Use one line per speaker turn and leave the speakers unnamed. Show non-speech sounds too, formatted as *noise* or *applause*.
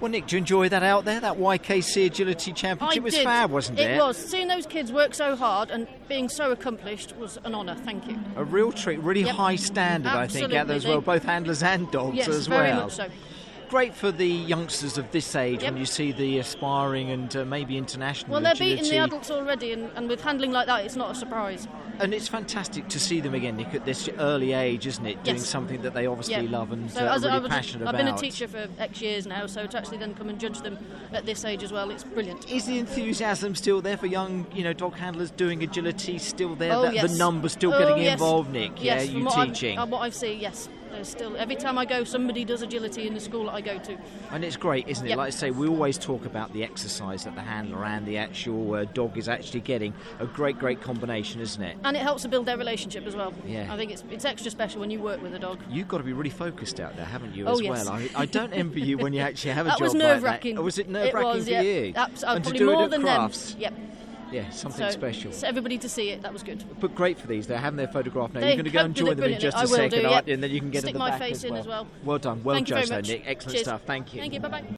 Well, Nick, do you enjoy that out there? That YKC Agility Championship
I
was
did.
fab, wasn't it?
It was. Seeing those kids work so hard and being so accomplished was an honour. Thank you.
A real treat, really
Yep.
high standard, I think, out there
Absolutely,
as well,
Nick.
both handlers and dogs
yes,
as
very
well.
much so.
Great for the youngsters of this age
Yep.
when you see the aspiring and uh, maybe international
Well, they're
agility.
beating the adults already, and, and with handling like that, it's not a surprise.
And it's fantastic to see them again, Nick, at this early age, isn't it? Doing
Yes.
something that they obviously love and
so
uh,
as
are
I
really
was,
passionate
I've
about.
been a teacher for X years now, so to actually then come and judge them at this age as well, it's brilliant.
Is the enthusiasm still there for young, you know, dog handlers doing agility still there?
oh,
the,
yes.
the numbers still
Oh,
getting
yes.
involved, Nick.
Yes,
yeah,
from
you
what I've-
teaching.
uh, what I've seen, yes. There's still every time I go, somebody does agility in the school that I go to.
And it's great, isn't it?
Yep.
Like I say, we always talk about the exercise that the handler and the actual uh, dog is actually getting. A great, great combination, isn't it?
and it helps to build their relationship as well.
Yeah.
I think it's it's extra special when you work with a dog.
You've got to be really focused out there, haven't you,
Oh,
as
yes.
well? I, I don't envy you when you actually have a
*laughs* that
job
was
like
nerve wracking.
that. Oh, Was it nerve
It
wracking
was,
for
yeah.
you?
Abs- uh,
and to
probably
do
more
it at
than
crafts.
them. Yep.
Yeah, something
so,
special.
So everybody to see it. That was good.
But great for these. They're having their photograph now.
They
You're going to go
hope
and
they
join
look
them in
brilliant.
just
I
a
will
second,
do,
aren't
yep.
you? and then you can get
Stick
in the
my
back
face
as
in
well.
as well.
Well done. Well
Thank you
judged,
very
there,
much.
Nick. Excellent
Cheers.
stuff. Thank you.
Thank you. Bye bye.